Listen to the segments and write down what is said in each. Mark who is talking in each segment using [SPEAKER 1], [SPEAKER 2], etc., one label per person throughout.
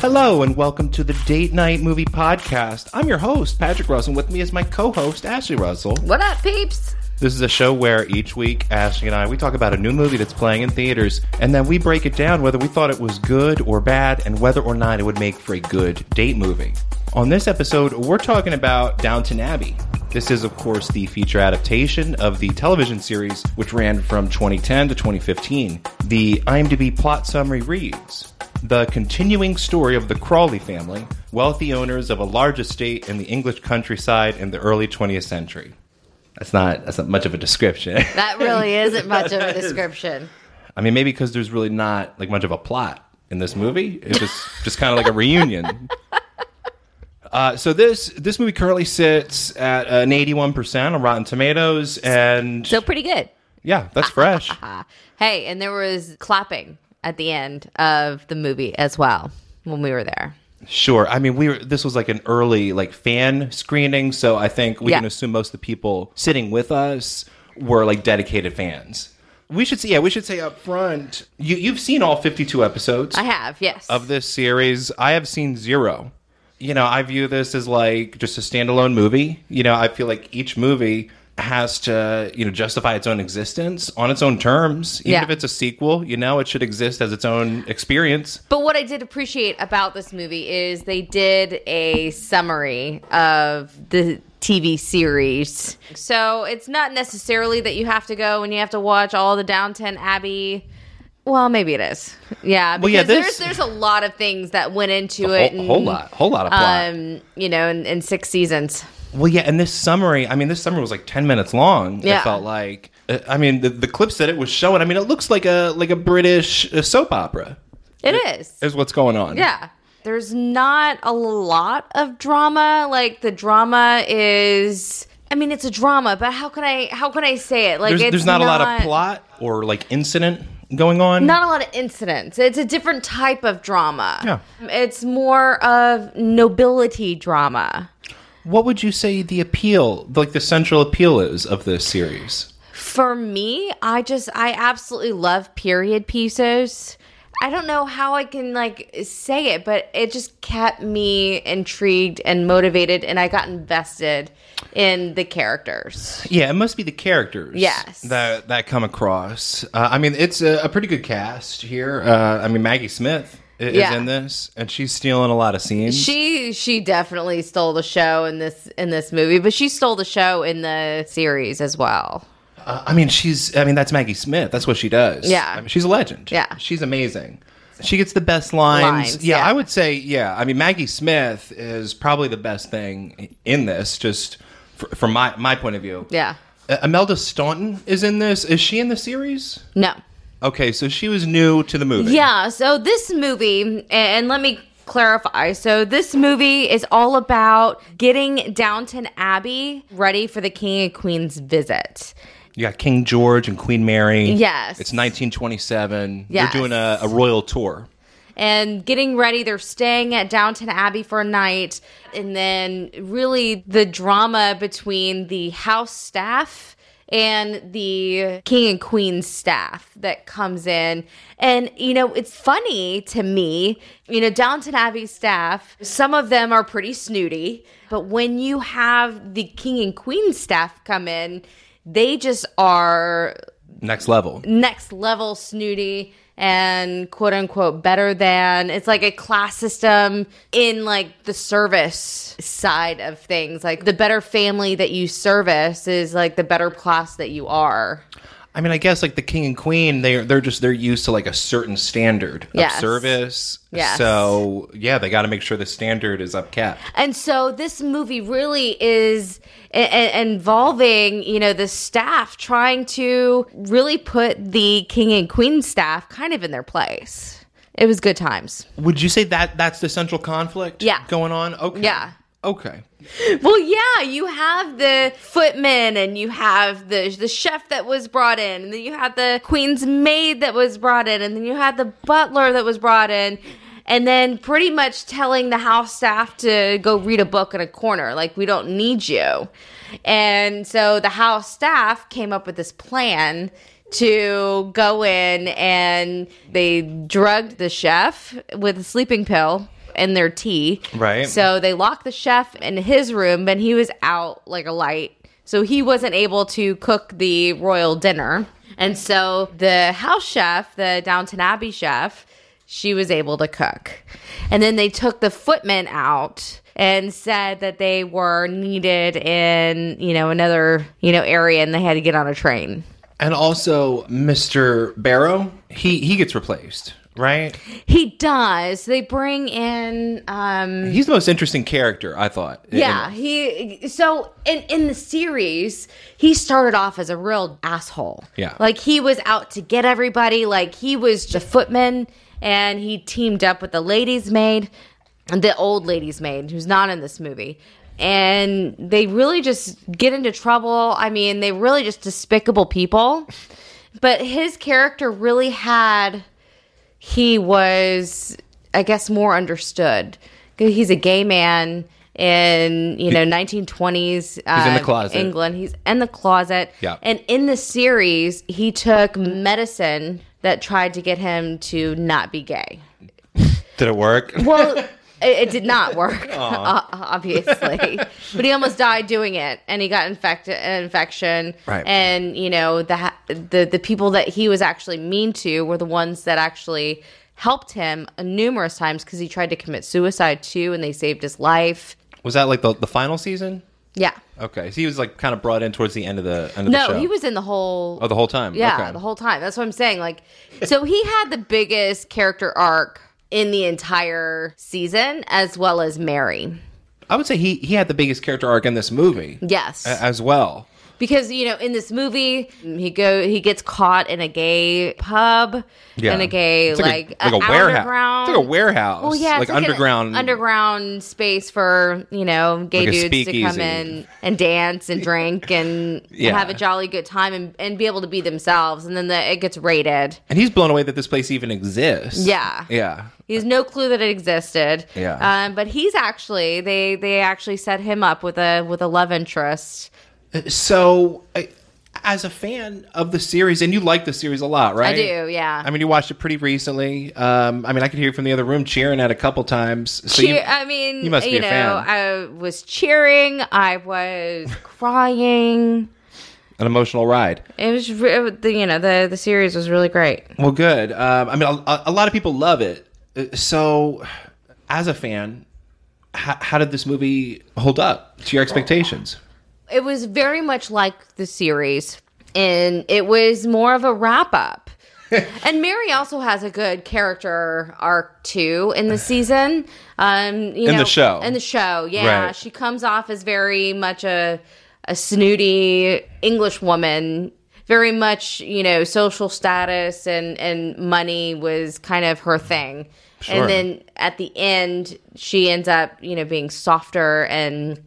[SPEAKER 1] Hello and welcome to the Date Night Movie Podcast. I'm your host, Patrick Russell. and With me is my co-host, Ashley Russell.
[SPEAKER 2] What up, peeps?
[SPEAKER 1] This is a show where each week, Ashley and I, we talk about a new movie that's playing in theaters, and then we break it down whether we thought it was good or bad, and whether or not it would make for a good date movie. On this episode, we're talking about Downton Abbey. This is, of course, the feature adaptation of the television series, which ran from 2010 to 2015. The IMDb plot summary reads the continuing story of the Crawley family, wealthy owners of a large estate in the English countryside in the early 20th century. That's not that's not much of a description.
[SPEAKER 2] That really isn't much of a description.
[SPEAKER 1] I mean, maybe because there's really not like much of a plot in this movie. It was just kind of like a reunion. Uh, so this this movie currently sits at an 81% on Rotten Tomatoes, and
[SPEAKER 2] So pretty good.
[SPEAKER 1] yeah, that's fresh.
[SPEAKER 2] Hey, and there was clapping at the end of the movie as well when we were there.
[SPEAKER 1] Sure. I mean, we were, this was like an early like fan screening, so I think we
[SPEAKER 2] Yeah.
[SPEAKER 1] can assume most of the people sitting with us were like dedicated fans. We should say, yeah, we should say up front. You you've seen all fifty two episodes
[SPEAKER 2] I have, yes.
[SPEAKER 1] of this series. I have seen zero. You know, I view this as like just a standalone movie. You know, I feel like each movie has to you know justify its own existence on its own terms. Even
[SPEAKER 2] Yeah.
[SPEAKER 1] if it's a sequel, you know, it should exist as its own experience.
[SPEAKER 2] But what I did appreciate about this movie is they did a summary of the TV series. So it's not necessarily that you have to go and you have to watch all the Downton Abbey. Well, maybe it is. Yeah.
[SPEAKER 1] Well, yeah,
[SPEAKER 2] because
[SPEAKER 1] this-
[SPEAKER 2] there's, there's a lot of things that went into
[SPEAKER 1] A
[SPEAKER 2] it.
[SPEAKER 1] whole, whole lot, whole lot of plot.
[SPEAKER 2] Um, you know, in, in six seasons.
[SPEAKER 1] Well, yeah, and this summary, I mean, this summary was like 10 minutes long. It
[SPEAKER 2] Yeah.
[SPEAKER 1] felt like, uh, I mean, the, the clips that it was showing, I mean, it looks like a like a British uh, soap opera,
[SPEAKER 2] It is.
[SPEAKER 1] is what's going on.
[SPEAKER 2] Yeah. There's not a lot of drama. Like the drama is I mean it's a drama, but how can I how can I say it? Like
[SPEAKER 1] There's,
[SPEAKER 2] it's
[SPEAKER 1] there's not, a lot of plot or like incident going on.
[SPEAKER 2] Not a lot of incidents. It's a different type of drama.
[SPEAKER 1] Yeah.
[SPEAKER 2] It's more of nobility drama.
[SPEAKER 1] What would you say the appeal, like the central appeal is of this series?
[SPEAKER 2] For me, I just I absolutely love period pieces. I don't know how I can like say it, but it just kept me intrigued and motivated and I got invested in the characters.
[SPEAKER 1] Yeah, it must be the characters.
[SPEAKER 2] Yes.
[SPEAKER 1] That, that come across. Uh, I mean, it's a, a pretty good cast here. Uh, I mean, Maggie Smith i- is
[SPEAKER 2] Yeah.
[SPEAKER 1] in this, and she's stealing a lot of scenes.
[SPEAKER 2] She she definitely stole the show in this in this movie, but she stole the show in the series as well.
[SPEAKER 1] Uh, I mean, she's. I mean, that's Maggie Smith. That's what she does.
[SPEAKER 2] Yeah.
[SPEAKER 1] I mean, she's a legend.
[SPEAKER 2] Yeah.
[SPEAKER 1] she's amazing. She gets the best lines.
[SPEAKER 2] Lines,
[SPEAKER 1] yeah,
[SPEAKER 2] yeah.
[SPEAKER 1] I would say. Yeah, I mean, Maggie Smith is probably the best thing in this, just fr- from my my point of view.
[SPEAKER 2] Yeah.
[SPEAKER 1] Uh, Imelda Staunton is in this. Is she in the series?
[SPEAKER 2] No.
[SPEAKER 1] Okay, so she was new to the movie.
[SPEAKER 2] Yeah, so this movie, and- and let me clarify. So this movie is all about getting Downton Abbey ready for the King and Queen's visit.
[SPEAKER 1] you got King George and Queen Mary.
[SPEAKER 2] Yes.
[SPEAKER 1] it's 1927.
[SPEAKER 2] Yes.
[SPEAKER 1] They're doing a, a royal tour.
[SPEAKER 2] And getting ready, they're staying at Downton Abbey for a night. And then, really, the drama between the house staff and the king and queen staff that comes in. And, you know, it's funny to me, you know, Downton Abbey staff, some of them are pretty snooty, but when you have the king and queen staff come in, they just are
[SPEAKER 1] Next level.
[SPEAKER 2] next level snooty and quote unquote better than it's like a class system in like the service side of things like the better family that you service is like the better class that you are
[SPEAKER 1] I mean, I guess like the king and queen, they they're just they're used to like a certain standard of
[SPEAKER 2] Yes.
[SPEAKER 1] service.
[SPEAKER 2] Yes.
[SPEAKER 1] So yeah, they got to make sure the standard is upkept.
[SPEAKER 2] And so this movie really is i- i- involving, you know, the staff trying to really put the king and queen staff kind of in their place. It was good times.
[SPEAKER 1] Would you say that that's the central conflict?
[SPEAKER 2] Yeah.
[SPEAKER 1] going on. Okay.
[SPEAKER 2] Yeah.
[SPEAKER 1] Okay.
[SPEAKER 2] Well, yeah, you have the footman and you have the the chef that was brought in, and then you had the queen's maid that was brought in, and then you had the butler that was brought in, and then pretty much telling the house staff to go read a book in a corner, like we don't need you. And so the house staff came up with this plan to go in and they drugged the chef with a sleeping pill and their tea.
[SPEAKER 1] Right.
[SPEAKER 2] So they locked the chef in his room, and he was out like a light. So he wasn't able to cook the royal dinner. And so the house chef, the Downton Abbey chef, she was able to cook. And then they took the footmen out and said that they were needed in, you know, another, you know, area and they had to get on a train.
[SPEAKER 1] And also, Mr. Barrow, he he gets replaced, right?
[SPEAKER 2] He does. They bring in um
[SPEAKER 1] He's the most interesting character, I thought. in-
[SPEAKER 2] yeah, he so in in the series, he started off as a real asshole.
[SPEAKER 1] Yeah.
[SPEAKER 2] Like he was out to get everybody, like he was the footman and he teamed up with the ladies maid, the old ladies maid who's not in this movie. And they really just get into trouble. I mean, they really just despicable people. But his character really had he was i guess more understood he's a gay man in you know 1920s uh,
[SPEAKER 1] He's in the closet.
[SPEAKER 2] england he's in the closet
[SPEAKER 1] Yeah.
[SPEAKER 2] and in the series he took medicine that tried to get him to not be gay
[SPEAKER 1] Did it work?
[SPEAKER 2] well it, it did not work o- obviously but he almost died doing it and he got infected an infection
[SPEAKER 1] Right.
[SPEAKER 2] and you know the ha- the the people that he was actually mean to were the ones that actually helped him numerous times because he tried to commit suicide too and they saved his life
[SPEAKER 1] Was that like the, the final season?
[SPEAKER 2] yeah
[SPEAKER 1] Okay, so he was like kind of brought in towards the end of the end of the
[SPEAKER 2] no
[SPEAKER 1] show.
[SPEAKER 2] he was in the whole
[SPEAKER 1] oh the whole time.
[SPEAKER 2] Yeah,
[SPEAKER 1] okay.
[SPEAKER 2] the whole time. That's what I'm saying. Like, so he had the biggest character arc in the entire season, as well as Mary.
[SPEAKER 1] I would say he he had the biggest character arc in this movie
[SPEAKER 2] Yes,
[SPEAKER 1] a- as well.
[SPEAKER 2] because you know, in this movie, he go he gets caught in a gay pub
[SPEAKER 1] Yeah,
[SPEAKER 2] in a gay
[SPEAKER 1] It's
[SPEAKER 2] like,
[SPEAKER 1] a, like a warehouse.
[SPEAKER 2] underground.
[SPEAKER 1] It's like a warehouse.
[SPEAKER 2] Well, yeah,
[SPEAKER 1] like,
[SPEAKER 2] it's an
[SPEAKER 1] underground.
[SPEAKER 2] underground space for you know gay
[SPEAKER 1] Like a
[SPEAKER 2] dudes to come
[SPEAKER 1] speakeasy.
[SPEAKER 2] in and dance and drink and
[SPEAKER 1] Yeah.
[SPEAKER 2] have a jolly good time and, and be able to be themselves. And then the, it gets raided.
[SPEAKER 1] And he's blown away that this place even exists.
[SPEAKER 2] Yeah.
[SPEAKER 1] Yeah.
[SPEAKER 2] He has no clue that it existed.
[SPEAKER 1] Yeah.
[SPEAKER 2] Um, but he's actually they they actually set him up with a with a love interest.
[SPEAKER 1] So, I, as a fan of the series, and you like the series a lot, right?
[SPEAKER 2] I do, yeah.
[SPEAKER 1] I mean, you watched it pretty recently. Um, I mean, I could hear you from the other room cheering at a couple times. So you-
[SPEAKER 2] Cheer- I mean,
[SPEAKER 1] you must be a
[SPEAKER 2] know,
[SPEAKER 1] fan.
[SPEAKER 2] I was cheering, I was crying.
[SPEAKER 1] an emotional ride.
[SPEAKER 2] It was re- the you know the the series was really great.
[SPEAKER 1] Well, good. Um, I mean, a, a lot of people love it. Uh, So, as a fan, how, how did this movie hold up to your expectations?
[SPEAKER 2] it was very much like the series and it was more of a wrap up and mary also has a good character arc too in the season um you
[SPEAKER 1] In
[SPEAKER 2] know
[SPEAKER 1] the show.
[SPEAKER 2] in the show yeah
[SPEAKER 1] Right.
[SPEAKER 2] she comes off as very much a a snooty english woman very much you know social status and and money was kind of her thing
[SPEAKER 1] Sure.
[SPEAKER 2] and then at the end she ends up you know being softer and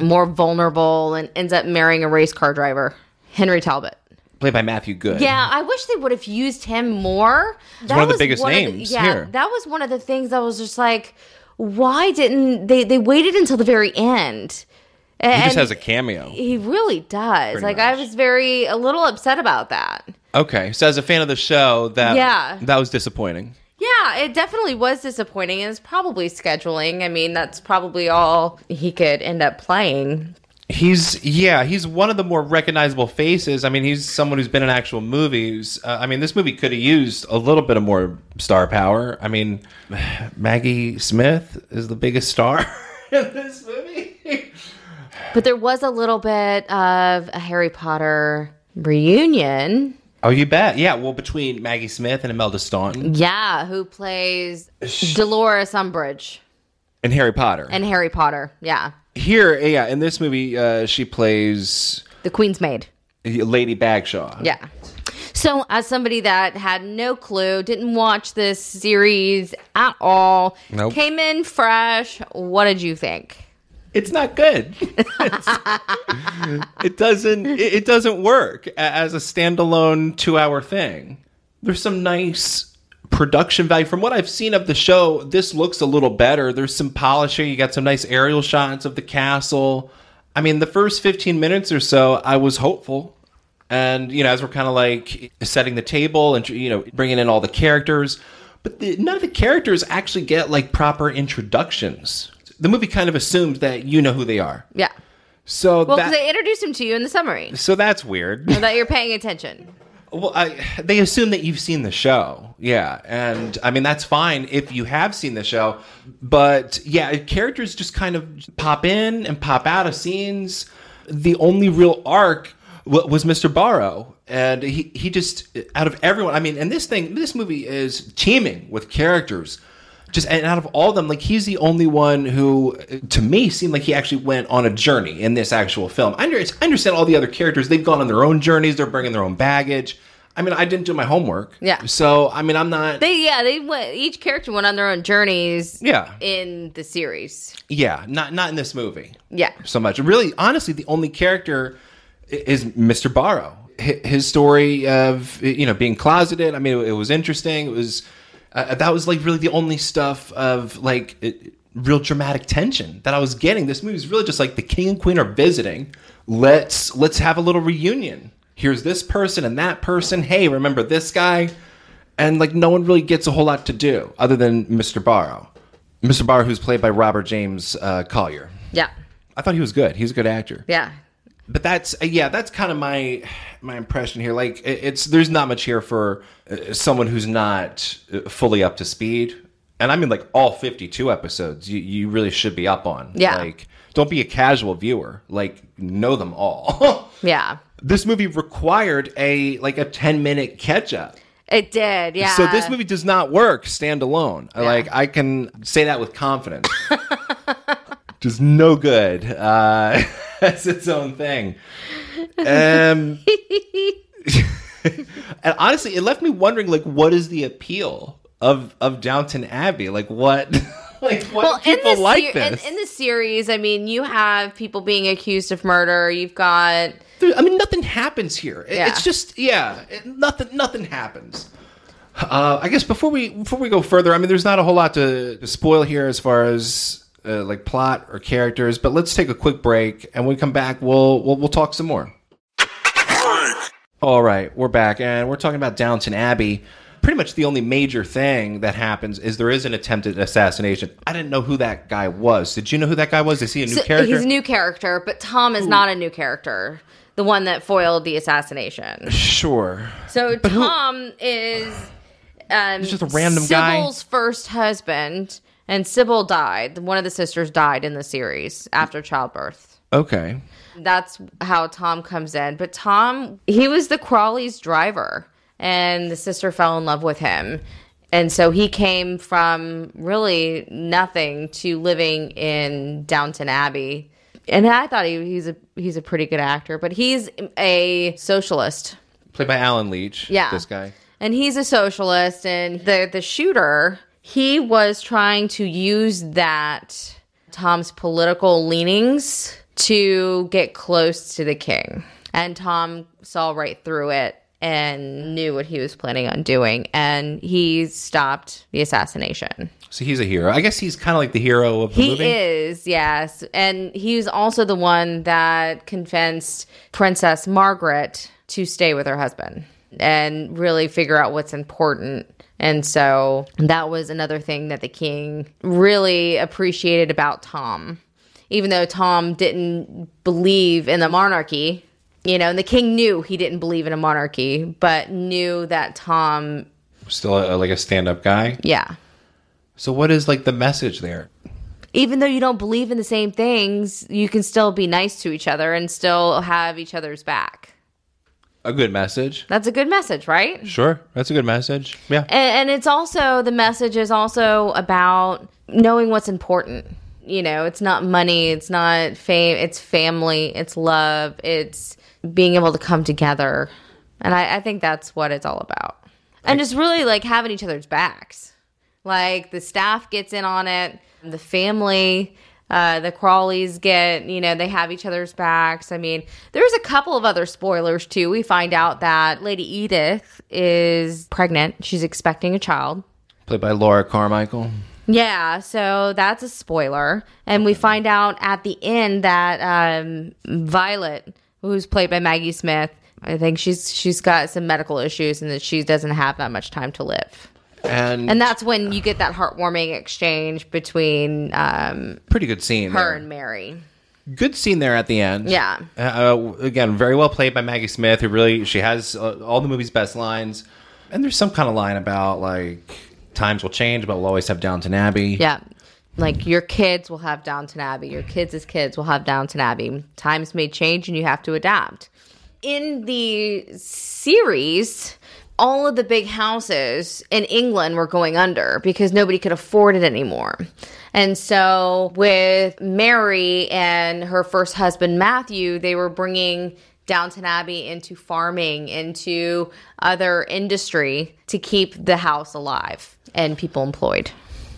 [SPEAKER 2] more vulnerable and ends up marrying a race car driver, Henry Talbot.
[SPEAKER 1] Played by Matthew Good.
[SPEAKER 2] Yeah, I wish they would have used him more. That
[SPEAKER 1] one of the biggest names
[SPEAKER 2] yeah,
[SPEAKER 1] here.
[SPEAKER 2] that was one of the things that was just like, why didn't they? They waited until the very end. And
[SPEAKER 1] He just has a cameo.
[SPEAKER 2] he really does. like I
[SPEAKER 1] much.
[SPEAKER 2] was very a little upset about that.
[SPEAKER 1] Okay, so as a fan of the show, that
[SPEAKER 2] Yeah.
[SPEAKER 1] that was disappointing.
[SPEAKER 2] Yeah, it definitely was disappointing. It's probably scheduling. I mean, that's probably all he could end up playing.
[SPEAKER 1] He's yeah, he's one of the more recognizable faces. I mean, he's someone who's been in actual movies. Uh, I mean, this movie could have used a little bit of more star power. I mean, Maggie Smith is the biggest star in this movie.
[SPEAKER 2] But there was a little bit of a Harry Potter reunion.
[SPEAKER 1] Oh, you bet. Yeah, well, between Maggie Smith and Imelda Staunton
[SPEAKER 2] Yeah, who plays Dolores Umbridge
[SPEAKER 1] and Harry Potter.
[SPEAKER 2] and Harry Potter. Yeah.
[SPEAKER 1] Here, yeah, in this movie, uh, she plays
[SPEAKER 2] The Queen's Maid.
[SPEAKER 1] Lady Bagshaw.
[SPEAKER 2] Yeah. So, as somebody that had no clue, didn't watch this series at all,
[SPEAKER 1] Nope.
[SPEAKER 2] came in fresh, what did you think?
[SPEAKER 1] it's not good. It's- it doesn't it, it doesn't work a- as a standalone two hour thing. There's some nice production value from what I've seen of the show. This looks a little better. There's some polish here. You got some nice aerial shots of the castle. I mean, the first 15 minutes or so, I was hopeful. And you know, as we're kind of like setting the table and you know bringing in all the characters, But the, none of the characters actually get like proper introductions. The movie kind of assumes that you know who they are.
[SPEAKER 2] Yeah.
[SPEAKER 1] So
[SPEAKER 2] Well,
[SPEAKER 1] that,
[SPEAKER 2] because they introduced him to you in the summary,
[SPEAKER 1] so that's weird.
[SPEAKER 2] so that you're paying attention.
[SPEAKER 1] Well, I, they assume that you've seen the show. Yeah. And I mean, that's fine if you have seen the show. But yeah, characters just kind of pop in and pop out of scenes. The only real arc wa- was Mr. Barrow. And he, he just, out of everyone, I mean, and this thing, this movie is teeming with characters. Just and out of all of them, like he's the only one who, to me, seemed like he actually went on a journey in this actual film. I, under, I understand all the other characters; they've gone on their own journeys. They're bringing their own baggage. I mean, I didn't do my homework.
[SPEAKER 2] Yeah.
[SPEAKER 1] So I mean, I'm not.
[SPEAKER 2] They yeah, they went. Each character went on their own journeys.
[SPEAKER 1] Yeah.
[SPEAKER 2] In the series.
[SPEAKER 1] yeah. Not not in this movie.
[SPEAKER 2] Yeah.
[SPEAKER 1] So much. Really, honestly, the only character i- is Mr. Barrow. Hi- His story of you know being closeted. I mean, it was interesting. It was uh, that was like really the only stuff of like it, real dramatic tension that I was getting. This movie is really just like the king and queen are visiting. Let's let's have a little reunion. Here's this person and that person. Hey, remember this guy? And like no one really gets a whole lot to do other than Mr. Barrow. Mr. Barrow, who's played by Robert James uh, Collier.
[SPEAKER 2] Yeah.
[SPEAKER 1] I thought he was good. He's a good actor.
[SPEAKER 2] Yeah.
[SPEAKER 1] But that's uh, yeah, that's kind of my my impression here. Like it, it's there's not much here for uh, someone who's not uh, fully up to speed. And I mean like all 52 episodes. You you really should be up on.
[SPEAKER 2] Yeah.
[SPEAKER 1] Like don't be a casual viewer. Like know them all.
[SPEAKER 2] Yeah.
[SPEAKER 1] this movie required a like a 10 minute catch up.
[SPEAKER 2] It did. Yeah.
[SPEAKER 1] So this movie does not work standalone. I Like I can say that with confidence. Just no good. Uh, that's its own thing. Um, and honestly, it left me wondering, like, what is the appeal of of Downton Abbey? Like, what, like, what
[SPEAKER 2] Well,
[SPEAKER 1] do people
[SPEAKER 2] in the
[SPEAKER 1] like
[SPEAKER 2] ser- in-
[SPEAKER 1] this?
[SPEAKER 2] In, the series, I mean, you have people being accused of murder. You've got
[SPEAKER 1] There- I mean, nothing happens here. It-
[SPEAKER 2] Yeah.
[SPEAKER 1] It's just yeah, it- nothing. Nothing happens. Uh, I guess before we before we go further, I mean, there's not a whole lot to, to spoil here as far as uh, like plot or characters. But let's take a quick break, and when we come back, we'll we'll, we'll talk some more. All right, we're back, and we're talking about Downton Abbey. Pretty much the only major thing that happens is there is an attempted assassination. I didn't know who that guy was. Did you know who that guy was? Is he a new
[SPEAKER 2] so-
[SPEAKER 1] character?
[SPEAKER 2] he's a new character, but Tom is not a new character. The one that foiled the assassination.
[SPEAKER 1] sure.
[SPEAKER 2] So
[SPEAKER 1] who-
[SPEAKER 2] Tom is um,
[SPEAKER 1] just a random guy.
[SPEAKER 2] Sybil's first husband, and Sybil died. One of the sisters died in the series after childbirth.
[SPEAKER 1] Okay.
[SPEAKER 2] That's how Tom comes in. But Tom, he was the Crawley's driver, and the sister fell in love with him. And so he came from really nothing to living in Downton Abbey. And I thought he, he's a he's a pretty good actor, but he's a socialist.
[SPEAKER 1] Played by Alan Leach.
[SPEAKER 2] Yeah.
[SPEAKER 1] This guy.
[SPEAKER 2] And he's a socialist and the the shooter, he was trying to use that Tom's political leanings to get close to the king. And Tom saw right through it and knew what he was planning on doing and he stopped the assassination.
[SPEAKER 1] So he's a hero. I guess he's kind of like the hero of the
[SPEAKER 2] He
[SPEAKER 1] movie.
[SPEAKER 2] is, yes. And he was also the one that convinced Princess Margaret to stay with her husband and really figure out what's important. And so that was another thing that the king really appreciated about Tom. Even though Tom didn't believe in the monarchy, you know, and the king knew he didn't believe in a monarchy, but knew that Tom,
[SPEAKER 1] Still a, like a stand-up guy.
[SPEAKER 2] yeah.
[SPEAKER 1] So what is like the message there?
[SPEAKER 2] even though you don't believe in the same things, you can still be nice to each other and still have each other's back.
[SPEAKER 1] A good message.
[SPEAKER 2] That's a good message, right?
[SPEAKER 1] Sure, that's a good message. Yeah.
[SPEAKER 2] And, and it's also the message is also about knowing what's important. You know, it's not money, it's not fame, it's family, it's love, it's being able to come together. And I, I think that's what it's all about. And just really like having each other's backs. Like the staff gets in on it, the family, uh, the Crawleys get, you know, they have each other's backs. I mean, there's a couple of other spoilers too. We find out that Lady Edith is pregnant, she's expecting a child.
[SPEAKER 1] Played by Laura Carmichael.
[SPEAKER 2] Yeah, so that's a spoiler. And we find out at the end that um, Violet, who's played by Maggie Smith, I think she's she's got some medical issues and that she doesn't have that much time to live.
[SPEAKER 1] and,
[SPEAKER 2] And that's when you get that heartwarming exchange between um,
[SPEAKER 1] pretty good scene.
[SPEAKER 2] her
[SPEAKER 1] there.
[SPEAKER 2] and Mary.
[SPEAKER 1] good scene there at the end.
[SPEAKER 2] Yeah.
[SPEAKER 1] Uh, again, very well played by Maggie Smith, who really she has uh, all the movie's best lines. And there's some kind of line about like times will change, but we'll always have Downton Abbey.
[SPEAKER 2] Yeah. Like your kids will have Downton Abbey. Your kids' kids will have Downton Abbey. Times may change and you have to adapt. In the series, all of the big houses in England were going under because nobody could afford it anymore. And so, with Mary and her first husband, Matthew, they were bringing Downton Abbey into farming, into other industry to keep the house alive and people employed.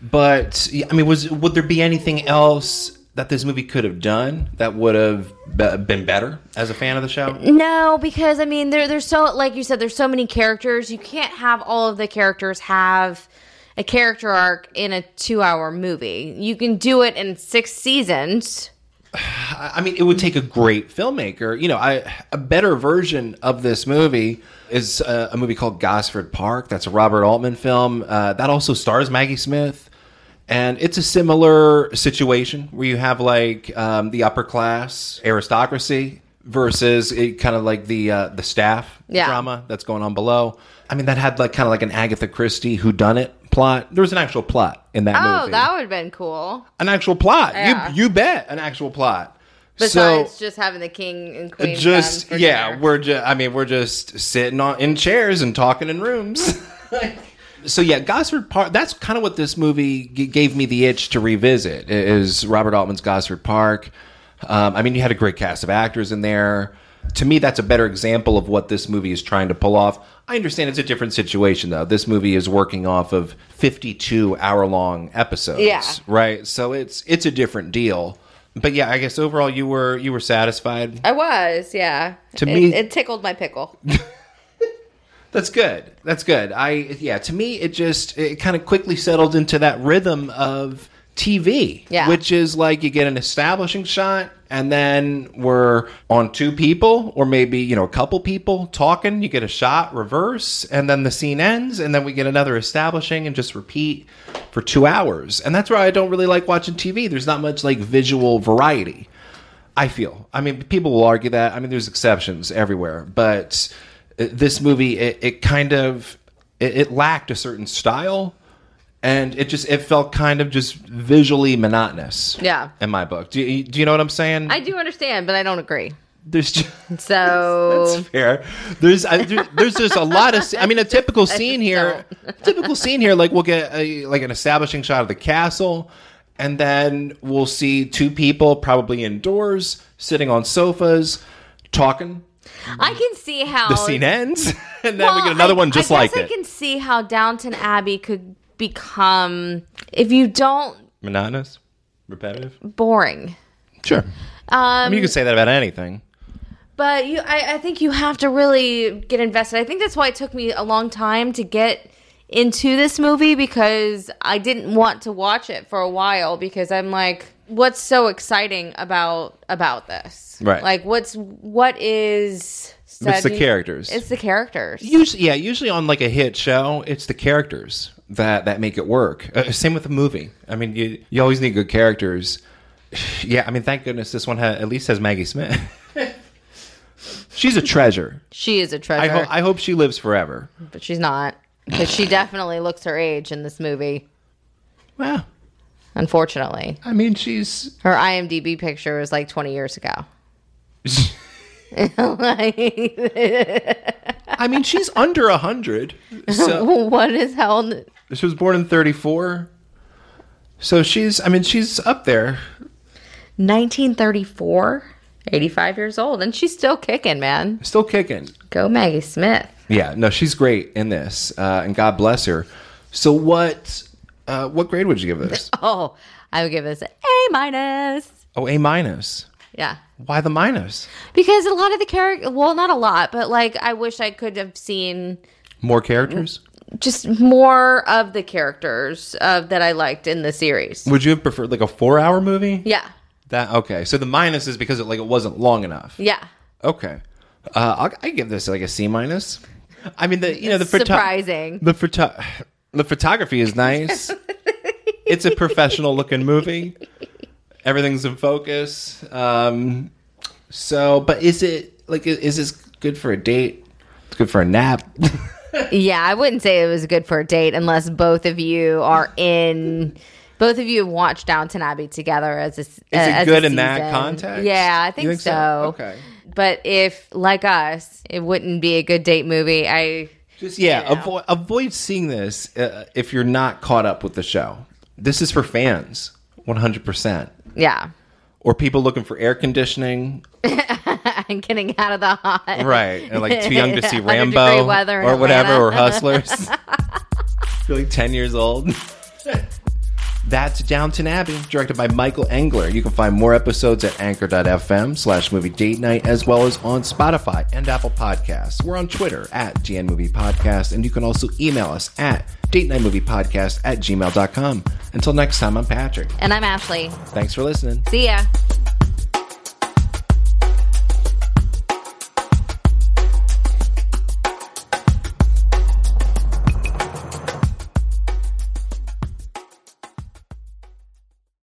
[SPEAKER 1] But yeah, I mean, was would there be anything else that this movie could have done that would have be- been better as a fan of the show?
[SPEAKER 2] No, because I mean, there, there's so like you said, there's so many characters. You can't have all of the characters have a character arc in a two-hour movie. You can do it in six seasons.
[SPEAKER 1] I mean, it would take a great filmmaker. You know, I, a better version of this movie is uh, a, a movie called Gosford Park. That's a Robert Altman film uh, that also stars Maggie Smith, and it's a similar situation where you have like um, the upper class aristocracy versus it kind of like the uh, the staff
[SPEAKER 2] Yeah.
[SPEAKER 1] drama that's going on below. I mean, that had like kind of like an Agatha Christie who done it plot. There was an actual plot in that
[SPEAKER 2] Oh,
[SPEAKER 1] movie.
[SPEAKER 2] that would have been cool.
[SPEAKER 1] an actual plot.
[SPEAKER 2] Yeah.
[SPEAKER 1] You you bet an actual plot.
[SPEAKER 2] Besides just having the king and queen.
[SPEAKER 1] just
[SPEAKER 2] come for
[SPEAKER 1] yeah
[SPEAKER 2] dinner.
[SPEAKER 1] we're just i mean we're just sitting on in chairs and talking in rooms so yeah gosford park that's kind of what this movie g- gave me the itch to revisit i- is robert altman's gosford park um, i mean you had a great cast of actors in there to me that's a better example of what this movie is trying to pull off i understand it's a different situation though this movie is working off of 52 hour long episodes
[SPEAKER 2] Yeah.
[SPEAKER 1] right so it's it's a different deal but yeah i guess overall you were you were satisfied
[SPEAKER 2] I was, yeah.
[SPEAKER 1] To
[SPEAKER 2] It-
[SPEAKER 1] me-
[SPEAKER 2] it tickled my pickle.
[SPEAKER 1] That's good. That's good. I yeah, to me it just it kind of quickly settled into that rhythm of TV,
[SPEAKER 2] Yeah.
[SPEAKER 1] which is like you get an establishing shot and then we're on two people or maybe, you know, a couple people talking, you get a shot reverse and then the scene ends and then we get another establishing and just repeat for 2 hours. And that's why I don't really like watching TV. There's not much like visual variety. I feel. I mean, people will argue that. I mean, there's exceptions everywhere, but uh, this movie, it, it kind of it, it lacked a certain style, and it just it felt kind of just visually monotonous.
[SPEAKER 2] Yeah.
[SPEAKER 1] in my book. Do you, do you know what I'm saying?
[SPEAKER 2] I do understand, but I don't agree.
[SPEAKER 1] there's just. That's
[SPEAKER 2] So
[SPEAKER 1] fair. There's I, there, there's just a lot of. I mean, a typical scene here. typical scene here. Like we'll get a, like an establishing shot of the castle, and then we'll see two people probably indoors sitting on sofas talking.
[SPEAKER 2] I can see how
[SPEAKER 1] The scene ends, and then we
[SPEAKER 2] Oh, Well,
[SPEAKER 1] get another
[SPEAKER 2] I-
[SPEAKER 1] one just
[SPEAKER 2] I
[SPEAKER 1] like
[SPEAKER 2] guess
[SPEAKER 1] it.
[SPEAKER 2] I can see how Downton Abbey could become if you don't
[SPEAKER 1] Monotonous, repetitive.
[SPEAKER 2] boring.
[SPEAKER 1] Sure. Um, I mean, you can say that about anything.
[SPEAKER 2] But you, I, I think you have to really get invested. I think that's why it took me a long time to get into this movie because I didn't want to watch it for a while because I'm like, what's so exciting about about this?
[SPEAKER 1] Right.
[SPEAKER 2] Like, what's what is?
[SPEAKER 1] It's the
[SPEAKER 2] sudden-
[SPEAKER 1] characters.
[SPEAKER 2] It's the characters.
[SPEAKER 1] Usually, yeah, usually on like a hit show, it's the characters that that make it work. Uh, same with a movie. I mean, you you always need good characters. Yeah, I mean, thank goodness this one ha- at least has Maggie Smith. She's a treasure.
[SPEAKER 2] she is a
[SPEAKER 1] I,
[SPEAKER 2] treasure,
[SPEAKER 1] ho- I hope she lives forever.
[SPEAKER 2] but she's not. 'Cause she definitely looks her age in this movie.
[SPEAKER 1] Well,
[SPEAKER 2] Unfortunately,
[SPEAKER 1] I mean, she's
[SPEAKER 2] her IMDb picture was like 20 years ago. like,
[SPEAKER 1] I mean, she's under a hundred. So
[SPEAKER 2] what is hell? n-
[SPEAKER 1] she was born in thirty four. So she's, I mean, she's up there.
[SPEAKER 2] 1934, 85 years old, and she's still kicking, man.
[SPEAKER 1] Still kicking.
[SPEAKER 2] Go Maggie Smith.
[SPEAKER 1] Yeah, no, she's great in this, uh, and God bless her. So what? Uh, what grade would you give this?
[SPEAKER 2] Oh, I would give this an A minus.
[SPEAKER 1] Oh, A minus.
[SPEAKER 2] Yeah,
[SPEAKER 1] Why the minus?
[SPEAKER 2] because a lot of the character, well, not a lot, but like I wish I could have seen
[SPEAKER 1] More characters?
[SPEAKER 2] just more of the characters of that I liked in the series.
[SPEAKER 1] Would you have preferred like a four-hour movie?
[SPEAKER 2] Yeah,
[SPEAKER 1] That okay. So the minus is because it like it wasn't long enough.
[SPEAKER 2] yeah.
[SPEAKER 1] Okay, uh, I'll, I give this like a C minus. I mean the you know the photo-
[SPEAKER 2] Surprising.
[SPEAKER 1] the photo-
[SPEAKER 3] The photography is nice.
[SPEAKER 1] It's a professional looking movie. Everything's in focus. Um,
[SPEAKER 3] so, but is it like i- is this good for a date? It's good for a nap.
[SPEAKER 2] Uh, Yeah, I wouldn't say it was good for a date unless both of you are in. Both of you watch Downton Abbey together as a. Is
[SPEAKER 1] it good in that context?
[SPEAKER 2] Yeah, I
[SPEAKER 1] You
[SPEAKER 2] think,
[SPEAKER 1] think so?
[SPEAKER 2] so.
[SPEAKER 3] Okay.
[SPEAKER 2] But if, like us, it wouldn't be a good date movie, I.
[SPEAKER 3] Just
[SPEAKER 1] yeah,
[SPEAKER 2] Yeah.
[SPEAKER 1] avo- avoid seeing this uh, if you're not caught up with the show. This is for fans, 100%.
[SPEAKER 2] Yeah.
[SPEAKER 1] Or people looking for air conditioning.
[SPEAKER 2] I'm getting out of the hot.
[SPEAKER 1] Right. And like too young to see
[SPEAKER 2] 100 degree
[SPEAKER 1] Rambo
[SPEAKER 2] weather in
[SPEAKER 1] or whatever,
[SPEAKER 2] Atlanta.
[SPEAKER 1] or Hustlers. You're like 10 years old. That's Downton Abbey, directed by Michael Engler. You can find more episodes at anchor.fm slash movie date night, as well as on Spotify and Apple Podcasts. We're on Twitter at GN Movie Podcast, and you can also email us at date night movie podcast at gmail.com. Until next time, I'm Patrick.
[SPEAKER 2] And I'm Ashley.
[SPEAKER 1] Thanks for listening.
[SPEAKER 2] See ya.